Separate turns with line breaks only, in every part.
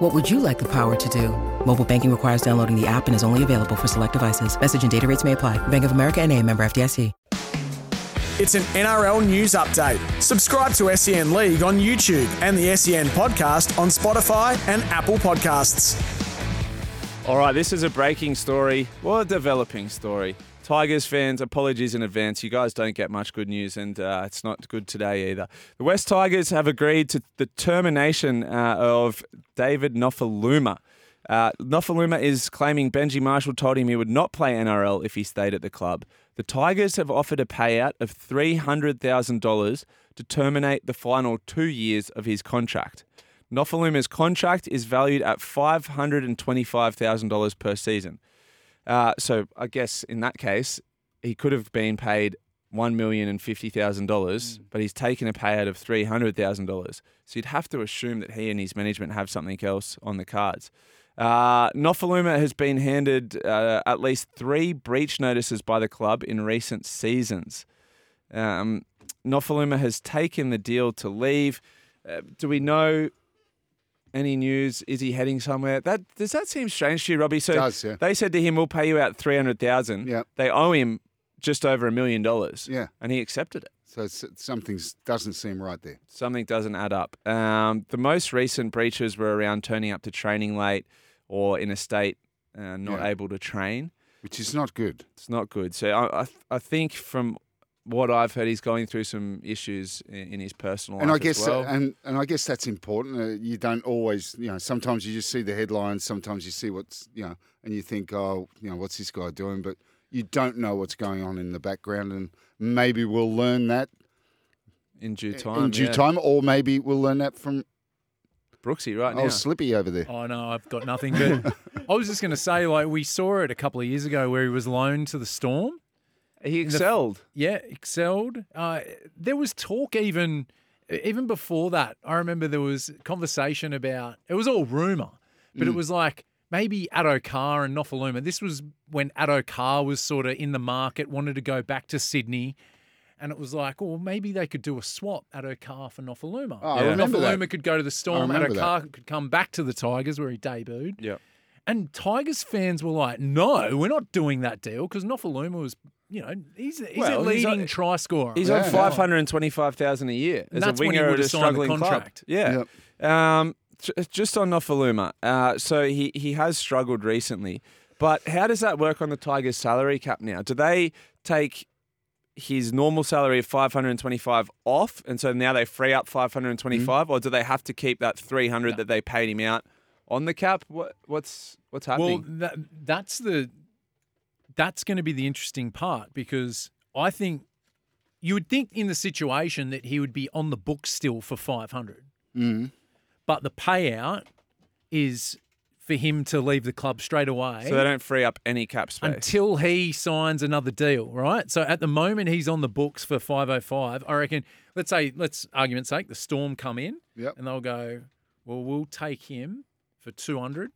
What would you like the power to do? Mobile banking requires downloading the app and is only available for select devices. Message and data rates may apply. Bank of America and a member FDIC.
It's an NRL news update. Subscribe to SEN League on YouTube and the SEN podcast on Spotify and Apple Podcasts.
All right, this is a breaking story. Well, a developing story. Tigers fans, apologies in advance. You guys don't get much good news, and uh, it's not good today either. The West Tigers have agreed to the termination uh, of David Nofaluma. Uh, Nofaluma is claiming Benji Marshall told him he would not play NRL if he stayed at the club. The Tigers have offered a payout of $300,000 to terminate the final two years of his contract. Nofaluma's contract is valued at $525,000 per season. Uh, so I guess in that case, he could have been paid $1,050,000,
Hmm.
but he's taken a payout of $300,000. So you'd have to assume that he and his management have something else on the cards. Uh, Nofaluma has been handed uh, at least three breach notices by the club in recent seasons. Um, Nofaluma has taken the deal to leave. Uh, do we know any news? Is he heading somewhere? That does that seem strange to you, Robbie? So
Does, yeah.
they said to him, "We'll pay you out three hundred thousand.
Yeah.
They owe him just over a million dollars.
Yeah.
and he accepted it.
So s- something s- doesn't seem right there.
Something doesn't add up. Um, the most recent breaches were around turning up to training late or in a state uh, not
Yeah.
able to train.
which is not good.
It's not good. So I, I, th- I think from what I've heard, he's going through some issues in, in his personal life.
And I
as
guess uh,
well.
and and I guess that's important. Uh, you don't always, you know, sometimes you just see the headlines, sometimes you see what's, you know, and you think, oh, you know, what's this guy doing? But you don't know what's going on in the background, and maybe we'll learn that
in due time.
in due
yeah.
time, or maybe we'll learn that from
Brooksy, right now.
old Slippy over there.
Oh no, I've got nothing. But I was just going to say, like we saw it a couple of years ago, where he was loaned to the Storm.
he excelled.
Yeah, excelled. Uh, there was talk even even before that. I remember there was conversation about it was all rumor, but
Mm.
it was like maybe Addo Carr and Nofaluma. This was when Addo Carr was sort of in the market, wanted to go back to Sydney. And it was like, well, maybe they could do a swap Addo Carr for Nofaluma.
Oh, I
Yeah.
remember that.
Nofaluma could go to the Storm,
remember
Addo
that.
Carr could come back to the Tigers where he debuted.
yeah.
And Tigers fans were like, "No, we're not doing that deal because Nofaluma was, you know, he's he's
Well,
a
he's
leading
on-
try scorer.
He's on
Yeah.
five hundred and twenty-five thousand a year as
And that's
a
when he
winger at
would've
a
signed the
struggling
contract.
club. Yeah. Um, j- just on Nofaluma. Uh, so he he has struggled recently, but how does that work on the Tigers' salary cap now? Do they take his normal salary of five hundred and twenty-five off, and so now they free up five hundred and
Mm-hmm.
or do they have to keep that three hundred that they paid him out on the cap? What what's what's happening?
well, that, that's the that's going to be the interesting part because I think you would think in the situation that he would be on the books still for five hundred,
Mm.
but the payout is for him to leave the club straight away.
so they don't free up any cap space.
until he signs another deal, right? So at the moment he's on the books for 505. I reckon let's say let's argument's sake the Storm come in
Yep.
and they'll go, "Well, we'll take him for 200."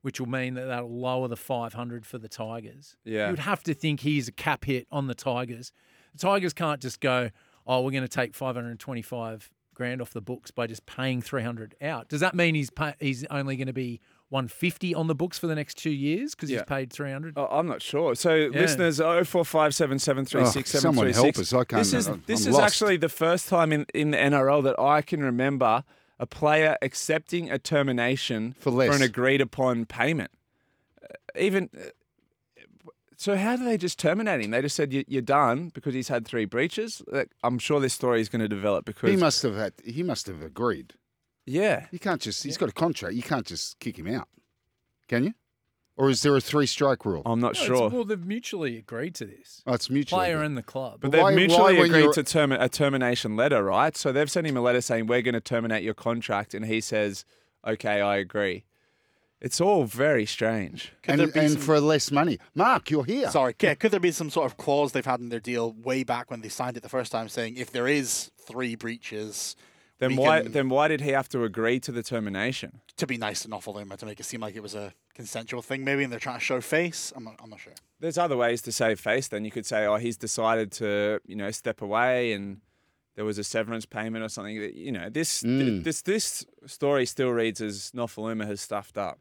Which will mean that that'll lower the 500 for the Tigers.
Yeah.
You'd have to think he's a cap hit on the Tigers. The Tigers can't just go, oh, we're going to take 525 grand off the books by just paying 300 out. Does that mean he's pay- he's only going to be 150 on the books for the next two years because
Yeah.
he's paid 300?
Oh, I'm not sure. So, listeners, oh four five seven seven three six
Oh,
seven
someone
three six.
help us. I can't-
This is
I'm-
this
I'm
is
lost.
actually the first time in, in the NRL that I can remember a player accepting a termination
For less.
an agreed upon payment. Uh, Even uh, so, how do they just terminate him? They just said "You- you're done because he's had three breaches. Like, I'm sure this story is going to develop because
He must have had. He must have agreed.
yeah.
You can't just. He's got a contract. You can't just kick him out, can you? Or is there a three-strike rule?
I'm not
No, it's-
sure.
Well, they've mutually agreed to this.
Oh, it's mutual.
Player and the club.
But
But
they've
why- why
mutually
when
agreed
you're-
to term- a termination letter, right? So they've sent him a letter saying we're going to terminate your contract, and he says, "Okay, I agree." It's all very strange.
And,
there be
and
some-
for less money. Mark, you're here.
Sorry, yeah, could there be some sort of clause they've had in their deal way back when they signed it the first time, saying if there is three breaches,
Then
we
why
can-
then why did he have to agree to the termination?
to be nice and awful them, or to make it seem like it was a consensual thing, maybe, and they're trying to show face. I'm not, I'm not sure.
There's other ways to save face. Then you could say, oh, he's decided to you know step away, and there was a severance payment or something. That you know this
Mm.
this this story still reads as Nofaluma has stuffed up.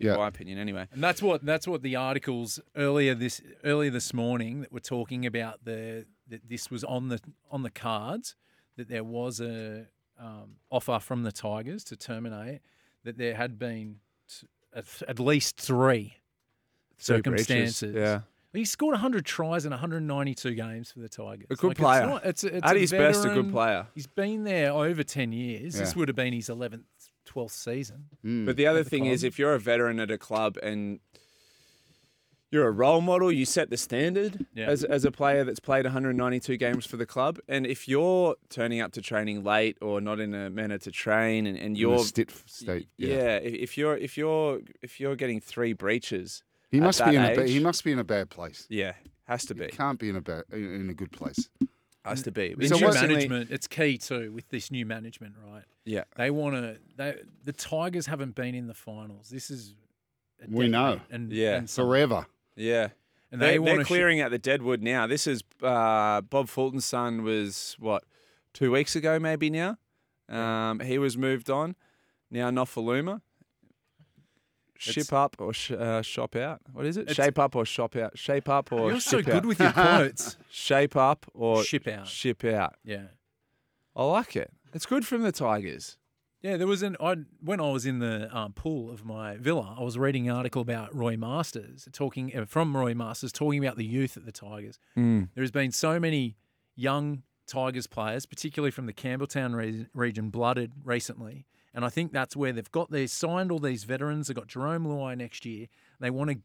In
Yeah.
my opinion, anyway.
And that's what that's what the articles earlier this earlier this morning that were talking about the that this was on the on the cards that there was a um, offer from the Tigers to terminate that there had been t- at, at least three,
Three breaches.
circumstances.
Yeah.
He scored 100 tries in 192 games for the Tigers.
A good
Like,
player.
It's not, it's, a- it's
At
a
his best, a good
veteran.
player.
He's been there over 10 years. This
Yeah.
would have been his 11th, 12th season.
Hmm.
But the other
the
thing is,
club.
if you're a veteran at a club and you're a role model, you set the standard
Yeah.
as, as a player that's played 192 games for the club. And if you're turning up to training late or not in a manner to train, and, and
In the
you're
stit state.
yeah, i- if you're if you're if you're getting three breaches,
He
at
must
that
be in a ba-
age-
he must be in a bad place.
yeah, has to be,
Can't be in a bad in in a good place.
has to be.
The
So
new
what's-
management, it's key too with this new management, right?
Yeah,
They want to. They the Tigers haven't been in the finals. This is a
We
decade
know.
and
Yeah.
and, some-
Forever.
yeah.
and
They,
they
they
want
are
to
clearing out the deadwood now. This is uh, Bob Fulton's son was what two weeks ago, maybe now. Um, he was moved on. Now Nofaluma. Ship
It's-
up or sh- uh, shop out? What is it?
It's-
Shape up or shop out? Shape up or
You're so
ship
good
out?
with your quotes.
Shape up or
Ship out.
Ship out.
yeah,
I like it. It's good from the Tigers.
yeah. There was an I when I was in the um, pool of my villa, I was reading an article about Roy Masters talking uh, from Roy Masters talking about the youth at the Tigers.
Mm.
There has been so many young Tigers players, particularly from the Campbelltown re- region, blooded recently. And I think that's where they've got they signed all these veterans. They've got Jerome Luai next year. They want to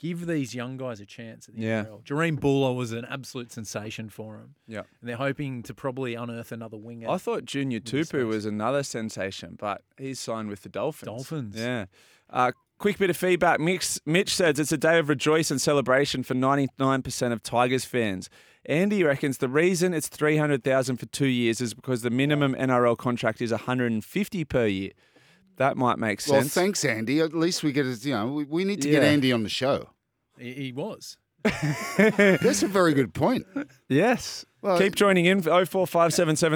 give these young guys a chance at the
Yeah.
NRL. Jerome Buller was an absolute sensation for them.
Yeah.
And they're hoping to probably unearth another winger.
I thought Junior
this
Tupu was another sensation, but he's signed with the Dolphins.
Dolphins.
Yeah. Uh, quick bit of feedback. Mitch, Mitch says it's a day of rejoice and celebration for 99% of Tigers fans. Andy reckons the reason it's 300,000 for 2 years is because the minimum NRL contract is 150 per year. That might make sense.
Well, thanks, Andy. At least we get a, you know we, we need to get
Yeah.
Andy on the show.
he, he was.
That's a very good point.
Yes.
Well,
Keep joining in.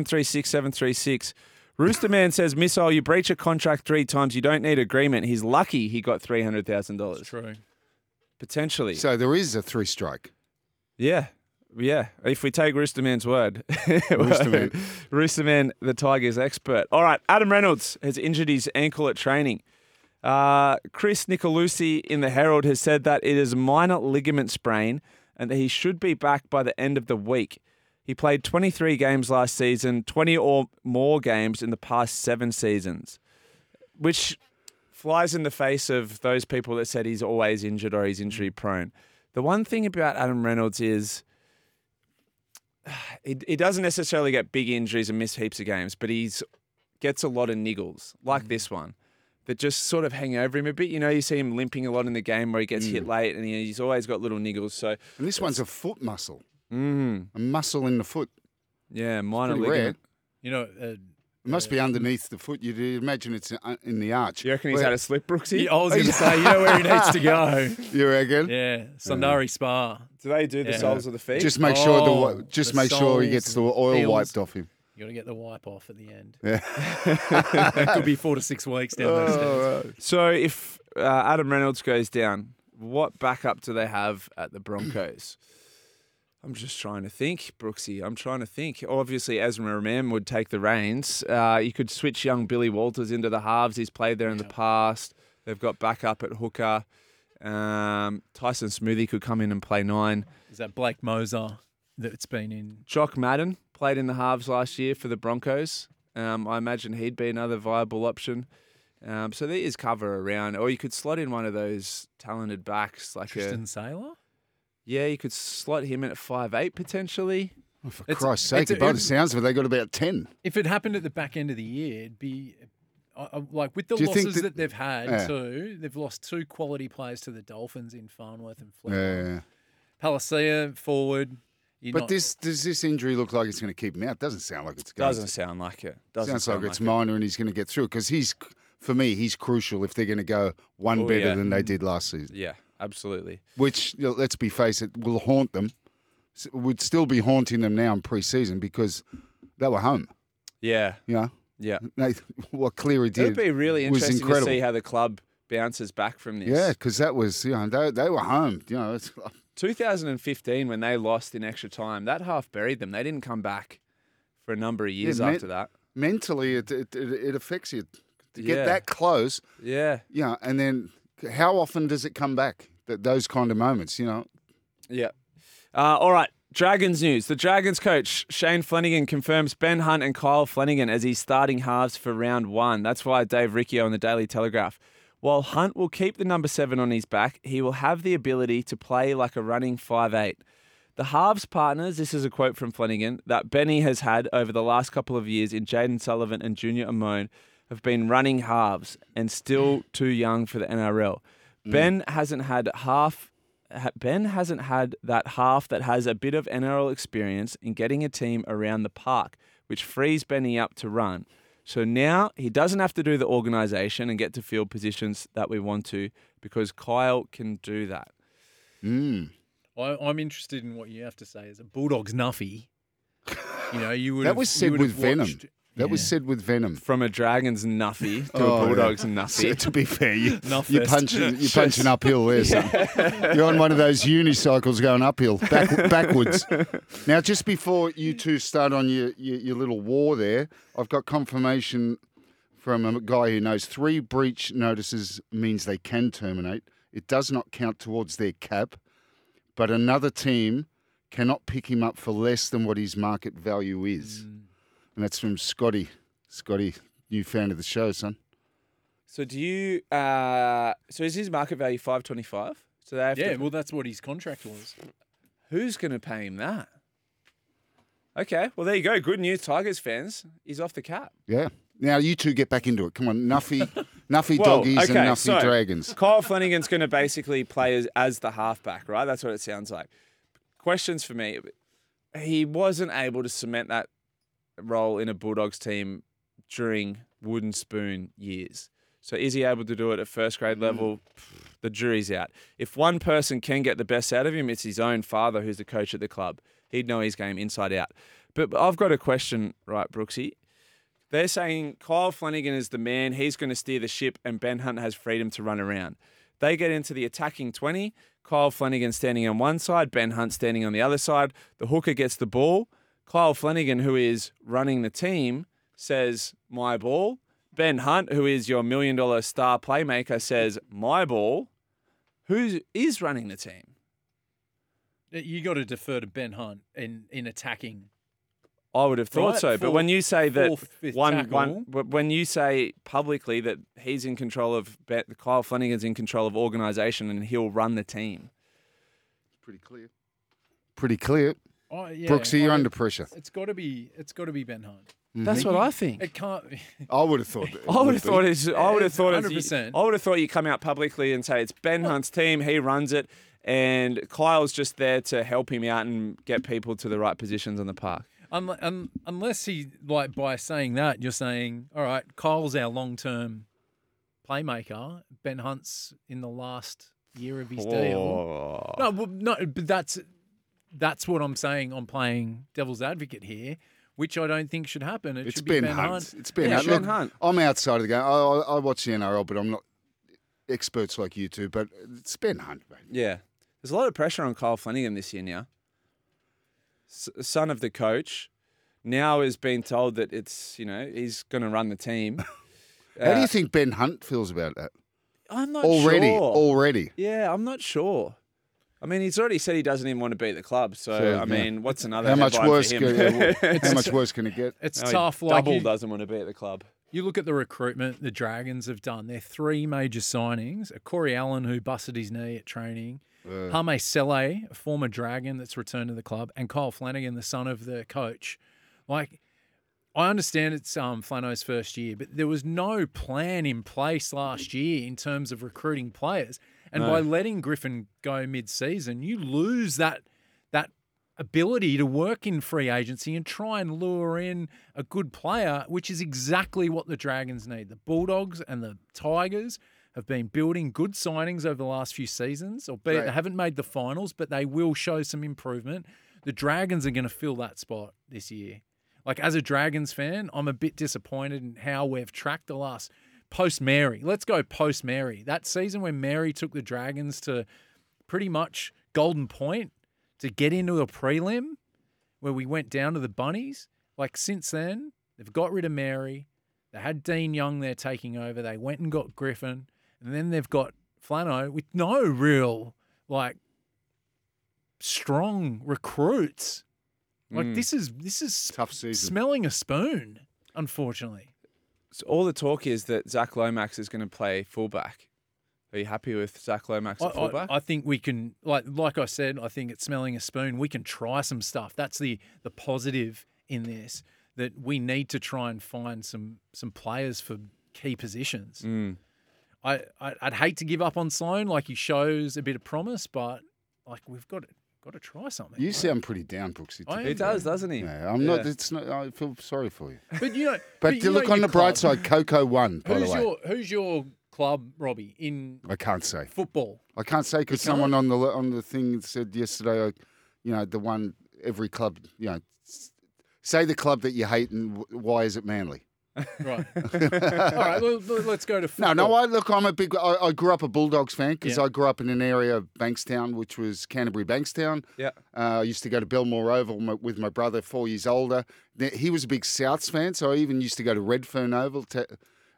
0457736736. Rooster Man says, Missile, you breach a contract three times. You don't need agreement. He's lucky he got $300,000.
True.
Potentially.
So there is a three strike.
yeah. Yeah. If we take Rooster Man's word.
Rooster Man.
Rooster Man, the Tigers expert. All right. Adam Reynolds has injured his ankle at training. Uh, Chris Nicolucci in the Herald has said that it is minor ligament sprain and that he should be back by the end of the week. He played 23 games last season, 20 or more games in the past seven seasons, which flies in the face of those people that said he's always injured or he's injury prone. The one thing about Adam Reynolds is he, he doesn't necessarily get big injuries and miss heaps of games, but he's gets a lot of niggles like
Mm.
this one that just sort of hang over him a bit. You know, you see him limping a lot in the game where he gets
Mm.
hit late, and he- he's always got little niggles. So,
And this one's a foot muscle,
mm,
a muscle in the foot.
yeah, minor
pretty rare.
ligament.
You know, uh,
It must be underneath the foot. You'd imagine it's in- in the arch.
Do you reckon he's
Where-
had a slip, Brooksy?
I was going to say, you know where he needs to go.
You reckon?
Yeah, Sundari Spa.
do they do the
Yeah.
soles of the feet?
Just make sure the wa-
Oh,
just
the
make sure he
soles
gets the
and
oil
heels.
wiped off him.
You got to get the wipe off at the end. that could be four to six weeks down those
Oh.
stairs.
Oh, so, if uh, Adam Reynolds goes down, what backup do they have at the Broncos? I'm just trying to think, Brooksy. I'm trying to think. Obviously, Ezra Mam would take the reins. Uh, you could switch young Billy Walters into the halves. He's played there in the past. They've got backup at hooker. Um, Tyson Smoothie could come in and play nine.
Is that Blake Moser that's been in?
Jock Madden played in the halves last year for the Broncos. Um, I imagine he'd be another viable option. Um, so there is cover around, or you could slot in one of those talented backs, like
Tristan
a,
Saylor?
yeah, you could slot him in at five eight potentially.
Oh, for
It's-
Christ's
it's
sake,
a-
by the
it's-
sounds of it, they got about 10.
If it happened at the back end of the year, it'd be. I, I- like with the
Do you think
losses
that-
that, they've had
Yeah.
too, they've lost two quality players to the Dolphins in Farnworth and Fleck.
Yeah.
Palacia forward. You're
Uh, But
not-
this does this injury look like it's going to keep him out? Doesn't sound like it's going.
Doesn't sound like it. Doesn't
sounds
sound
like it's
it.
minor, and he's going to get through because he's for me he's crucial if they're going to go one
Oh,
better
yeah.
than they did last season,
Yeah, absolutely.
which you know, let's be face it will haunt them. S- Would still be haunting them now in preseason because they were home.
Yeah,
You know,
yeah.
they, what Cleary
It
did
would be really
was
interesting to
incredible.
see how the club bounces back from this.
Yeah, because that was you know they, they were home. You know, it's like,
2015 when they lost in extra time, that half buried them. They didn't come back for a number of years
mate.
after that.
mentally it it, it it affects you to get
Yeah.
that close.
Yeah,
You know, and then how often does it come back? That those kind of moments. You know,
yeah. Uh, all right. Dragons news. The Dragons coach, Shane Flanagan, confirms Ben Hunt and Kyle Flanagan as his starting halves for round one. That's why Dave Riccio in the Daily Telegraph. While Hunt will keep the number seven on his back, he will have the ability to play like a running five eight. The halves partners, this is a quote from Flanagan, that Benny has had over the last couple of years in Jaden Sullivan and Junior Amone have been running halves and still too young for the NRL. Ben hasn't had half ha- Ben hasn't had that half that has a bit of NRL experience in getting a team around the park, which frees Benny up to run. So now he doesn't have to do the organisation and get to field positions that we want to because Kyle can do that.
I, I'm interested in what you have to say as a Bulldogs nuffy. You know, you would
that
have-
was
you
said
would
with
have
venom.
watched-
That was said with venom.
From a Dragons nuffy to
Oh,
a
yeah.
Bulldogs
So
nuffy.
to be fair, you,
Not
you
fist.
punching you punching uphill there. Son. You're on one of those unicycles going uphill back, backwards. Now, just before you two start on your, your your little war there, I've got confirmation from a guy who knows three breach notices means they can terminate. It does not count towards their cap, but another team cannot pick him up for less than what his market value is, and that's from Scotty. Scotty, new fan of the show, son.
So do you? Uh, so is his market value five twenty five? So they have
Yeah,
to,
well, that's what his contract was.
who's going to pay him that? Okay, well there you go. Good news, Tigers fans. He's off the cap.
Yeah. Now you two get back into it. Come on, Nuffy, Nuffy
Well,
doggies and
okay,
Nuffy
so-
dragons.
Kyle Flanagan's going to basically play as, as the halfback, right? That's what it sounds like. Questions for me. He wasn't able to cement that role in a Bulldogs team during wooden spoon years. So is he able to do it at first grade
Mm.
level? Pff, The jury's out. If one person can get the best out of him, it's his own father who's the coach at the club. He'd know his game inside out. But, but I've got a question, right, Brooksy? They're saying Kyle Flanagan is the man. He's going to steer the ship, and Ben Hunt has freedom to run around. They get into the attacking 20. Kyle Flanagan standing on one side, Ben Hunt standing on the other side. The hooker gets the ball. Kyle Flanagan, who is running the team, says, My ball. Ben Hunt, who is your million dollar star playmaker, says, My ball. Who is running the team?
Uh, You got to defer to Ben Hunt in in attacking.
I would have thought
Right,
so. but
fourth-
when you say that
fourth, fifth
one,
tackle.
one, but when you say publicly that he's in control of Be- Kyle Flanagan's in control of organisation and he'll run the team.
Pretty clear. Mm-hmm. Pretty clear.
Oh, yeah,
Brooksy, you're
I-
under pressure.
It's got to be. It's got to be Ben Hunt.
Mm-hmm.
That's what I think.
It can't.
I would have thought. That it
I would
would
have
be.
thought it's. I would have
It's
thought it's.
100%.
I would have thought you come out publicly and say it's Ben Hunt's team. He runs it, and Kyle's just there to help him out and get people to the right positions on the park.
Unle- un- unless he like by saying that you're saying, all right, Kyle's our long term playmaker. Ben Hunt's in the last year of his deal.
Oh.
No, well, no, but that's that's what I'm saying. I'm playing devil's advocate here, which I don't think should happen. It
It's
should be
Ben,
Ben,
Hunt. It's Ben
Yeah,
Hunt.
Ben
Look,
Hunt.
I'm outside of the game. I, I, I watch the NRL, but I'm not experts like you two. But it's Ben Hunt, mate.
Yeah. There's a lot of pressure on Kyle Flanagan this year now. S- son of the coach, now is being told that it's, you know, he's going to run the team.
How do
Uh,
you think Ben Hunt feels about that?
I'm not
Already,
sure.
already.
yeah, I'm not sure. I mean, he's already said he doesn't even want to be at the club. So,
So, yeah.
I mean, what's another
How much
headline
worse?
for
Can,
him?
how much worse can it get?
It's
No, he
tough. Like
double
you-
doesn't want to be at the club.
You look at the recruitment the Dragons have done. Their three major signings: a Corey Allen who busted his knee at training, uh, Hame Sele, a former Dragon that's returned to the club, and Kyle Flanagan, the son of the coach. Like, I understand it's um, Flano's first year, but there was no plan in place last year in terms of recruiting players. And by letting Griffin go mid-season, you lose that that ability to work in free agency and try and lure in a good player, which is exactly what the Dragons need. The Bulldogs and the Tigers have been building good signings over the last few seasons, albeit
Right.
they haven't made the finals, but they will show some improvement. The Dragons are going to fill that spot this year. Like as a Dragons fan, I'm a bit disappointed in how we've tracked the last post Mary. Let's go post Mary. That season when Mary took the Dragons to pretty much golden point to get into a prelim where we went down to the bunnies. Like since then, they've got rid of Mary. They had Dean Young there taking over. They went and got Griffin, and then they've got Flano with no real like strong recruits. Like this is this is
Mm. Tough season.
smelling a spoon, unfortunately.
So all the talk is that Zach Lomax is going to play fullback. Are you happy with Zach Lomax
I,
at fullback?
I, I think we can like like I said, I think it's smelling a spoon. We can try some stuff. That's the the positive in this that we need to try and find some some players for key positions.
Mm.
I, I I'd hate to give up on Sloan. Like he shows a bit of promise, but like we've got to got to try something.
You sound pretty down, Brooksy.
I
today.
he does, doesn't he?
Yeah, I'm not. It's not. I feel sorry for you.
but you know,
But,
you
you look
know
on
your
the bright
club.
side. Coco won, by
Who's
the way.
your who's your club, Robbie, in
I can't say.
football?
I can't say because someone on the on the thing said yesterday. Like, you know, the one every club. You know, s- say the club that you hate and wh- why is it Manly?
Right. All right. Well, let's go to
No,
football.
no. I look. I'm a big. I, I grew up a Bulldogs fan because
Yeah.
I grew up in an area of Bankstown, which was Canterbury Bankstown.
Yeah.
Uh, I used to go to Belmore Oval m- with my brother, four years older. Th- He was a big Souths fan, so I even used to go to Redfern Oval to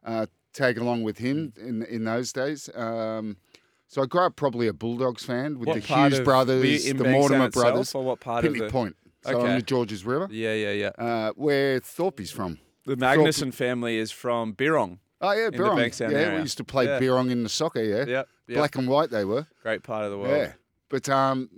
uh, tag along with him
Mm.
in in those days. Um, so I grew up probably a Bulldogs fan with
What
the
part
Hughes
of-
brothers,
were you in
the
Bankstown
Mortimer
itself,
brothers,
or what part of
Pintley
the-
Point, so
Okay.
on the Georges River,
Yeah, yeah, yeah.
uh, where Thorpe is from.
The Magnuson family is from Birong.
Oh yeah,
the
Birong.
Bankstown
yeah,
area.
we used to play
Yeah.
Birong in the soccer. Yeah,
Yep, yep.
black and white they were.
Great part of the world.
Yeah, but um,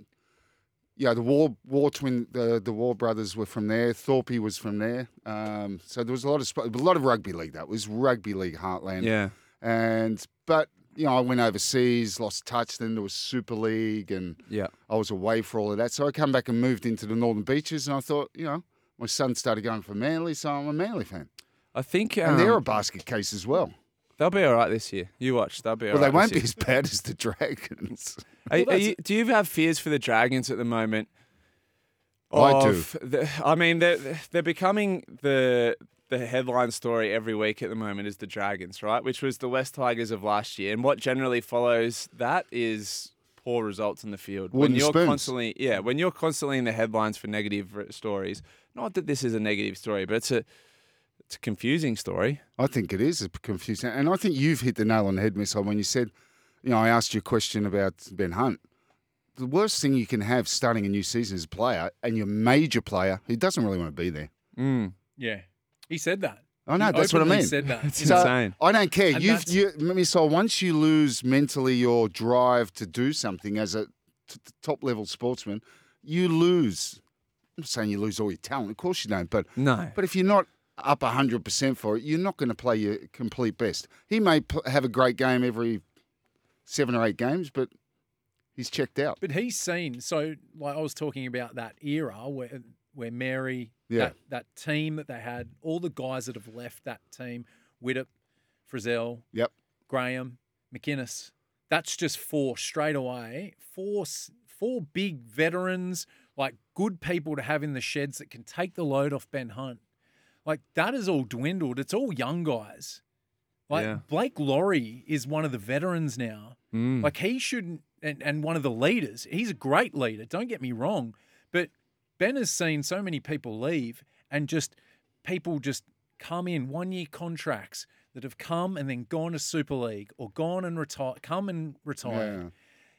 yeah, the War War twin the the War brothers were from there. Thorpe was from there. Um, so there was a lot of sp- a lot of rugby league. That was rugby league heartland.
Yeah.
and but you know I went overseas, lost touch. Then there was Super League, and
Yeah.
I was away for all of that. So I come back and moved into the Northern Beaches, and I thought, you know, my son started going for Manly, so I'm a Manly fan.
I think
And
um,
they're a basket case as well.
they'll be all right this year. You watch. They'll be all
Well, they
right
won't
this
be as bad as the Dragons.
year. Are- are you- do you have fears for the Dragons at the moment?
Oh, I do.
of the- I mean, they're, they're becoming the the headline story every week at the moment is the Dragons, right? Which was the West Tigers of last year, and what generally follows that is poor results in the field.
Wooden
when you're
spoons.
constantly, yeah, when you're constantly in the headlines for negative r- stories. Not that this is a negative story, but it's a it's a confusing story.
I think it is confusing, and I think you've hit the nail on the head, Miss Hull, when you said, you know, I asked you a question about Ben Hunt. The worst thing you can have starting a new season as a player and your major player who doesn't really want to be there.
Mm.
Yeah. He said that.
I know
He
that's what I
openly
mean.
Said that.
It's insane.
I don't care.
And
You've,
that's-
you, Miss Hull, once you lose mentally your drive to do something as a t- t- top level sportsman, you lose. I'm not saying you lose all your talent, of course you don't, but
No.
But if you're not up 100% for it, you're not going to play your complete best. He may pl- have a great game every seven or eight games, but he's checked out.
But he's seen so like I was talking about that era where where Mary
Yeah.
that, that team that they had, all the guys that have left that team, Widdop, Frizzell,
Yep.
Graham, McInnes. That's just four straight away. Four s- four big veterans, like good people to have in the sheds that can take the load off Ben Hunt. Like that is all dwindled. It's all young guys. Like
Yeah.
Blake Laurie is one of the veterans now.
Mm.
Like he shouldn't, and, and one of the leaders. He's a great leader. Don't get me wrong, but Ben has seen so many people leave and just people just come in one year contracts that have come and then gone to Super League or gone and retire, come and retire.
Yeah.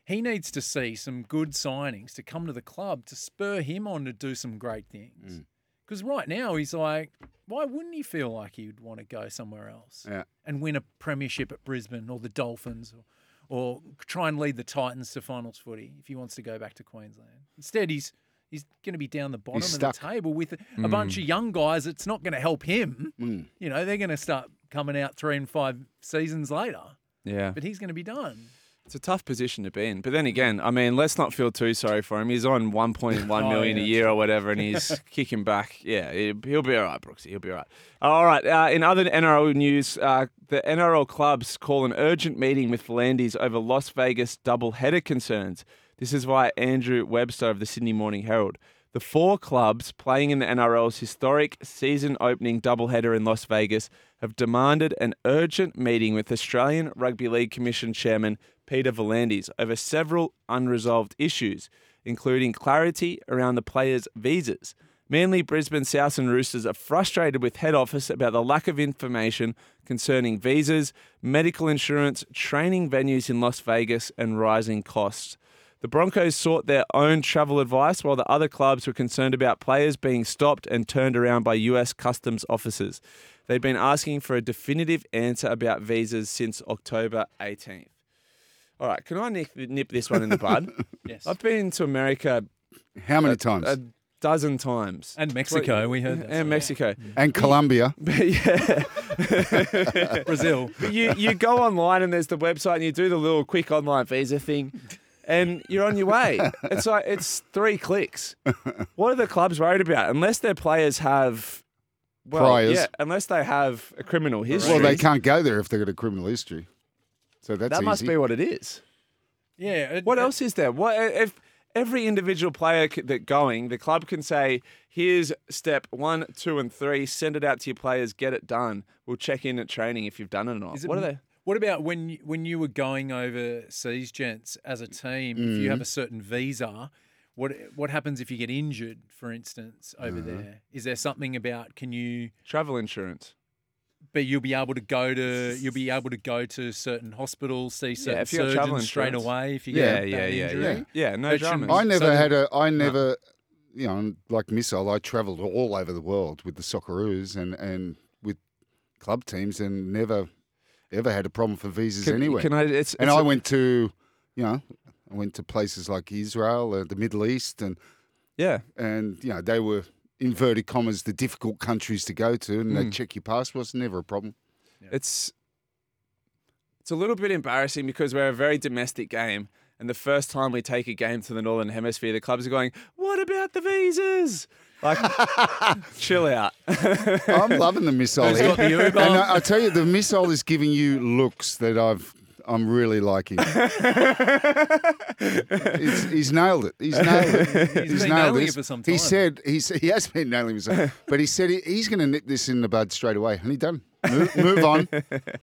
He needs to see some good signings to come to the club to spur him on to do some great things.
Mm.
Because right now he's like, why wouldn't he feel like he'd want to go somewhere else?
Yeah.
and win a premiership at Brisbane or the Dolphins or, or try and lead the Titans to finals footy if he wants to go back to Queensland. Instead, he's he's going to be down the bottom of the
stuck.
table with a bunch of young guys. It's not going to help him.
Mm.
You know, they're going to start coming out three and five seasons later,
Yeah.
but he's going to be done.
It's a tough position to be in. But then again, I mean, let's not feel too sorry for him. He's on 1.1 million
Oh,
a
yeah.
year or whatever, and he's kicking back. Yeah, he- he'll be all right, Brooksy. He'll be all right. All right. Uh, in other NRL news, uh, the NRL clubs call an urgent meeting with Landis over Las Vegas doubleheader concerns. This is via Andrew Webster of the Sydney Morning Herald. The four clubs playing in the NRL's historic season opening doubleheader in Las Vegas have demanded an urgent meeting with Australian Rugby League Commission Chairman Peter Volandis over several unresolved issues, including clarity around the players' visas. Manly, Brisbane, South and Roosters are frustrated with head office about the lack of information concerning visas, medical insurance, training venues in Las Vegas, and rising costs. The Broncos sought their own travel advice while the other clubs were concerned about players being stopped and turned around by US customs officers. They'd been asking for a definitive answer about visas since October 18th. All right, can I nip, nip this one in the bud?
Yes.
I've been to America
How many times?
a dozen times.
And Mexico, we heard that.
and Mexico.
and Colombia.
But yeah,
Brazil.
you, you go online and there's the website and you do the little quick online visa thing and you're on your way. It's like, it's three clicks. What are the clubs worried about? Unless their players have, well,
Priors.
yeah, unless they have a criminal history.
Well, they can't go there if they've got a criminal history. So that's
That
easy.
must be what it is.
Yeah. it-
What else is there? What e, if every individual player c- that going, the club can say, "Here's step one, two, and three. Send it out to your players. Get it done. We'll check in at training if you've done it or not."
Is it-
what are they?
What about when you- when you were going overseas, gents, as a team? If you have
Mm.
a certain visa, what what happens if you get injured, for instance, over
Uh-huh.
there? Is there something about can you?
Travel insurance.
But you'll be able to go to you'll be able to go to certain hospitals, see certain
if you got travel
surgeons straight
insurance.
away if you
Yeah,
get
yeah,
that
yeah,
injury.
yeah, yeah. No
It shouldn't-
dramas.
I
So
never
the-
had a. I never, you know, like missile. I travelled all over the world with the Socceroos and and with club teams, and never ever had a problem for visas
Can-
anywhere.
Can I? It's,
and
it's
I
a-
went to, you know, I went to places like Israel, uh, the Middle East, and
Yeah.
and you know they were inverted commas the difficult countries to go to,
Hmm.
and they check your passports. Never a problem.
It's it's a little bit embarrassing because we're a very domestic game, and the first time we take a game to the northern hemisphere, the clubs are going, "What about the visas?" Like, chill out.
I'm loving the missile.
Who's
here.
got the
uh,
Uber?
And I, I tell you, the missile is giving you looks that I've. I'm really liking. He's, he's nailed it. He's nailed it.
He's been
nailed
nailing
this.
it for some
He
time.
said he s- he has been nailing it, for some- but he said he, he's going to nip this in the bud straight away, and he done. Move, move on.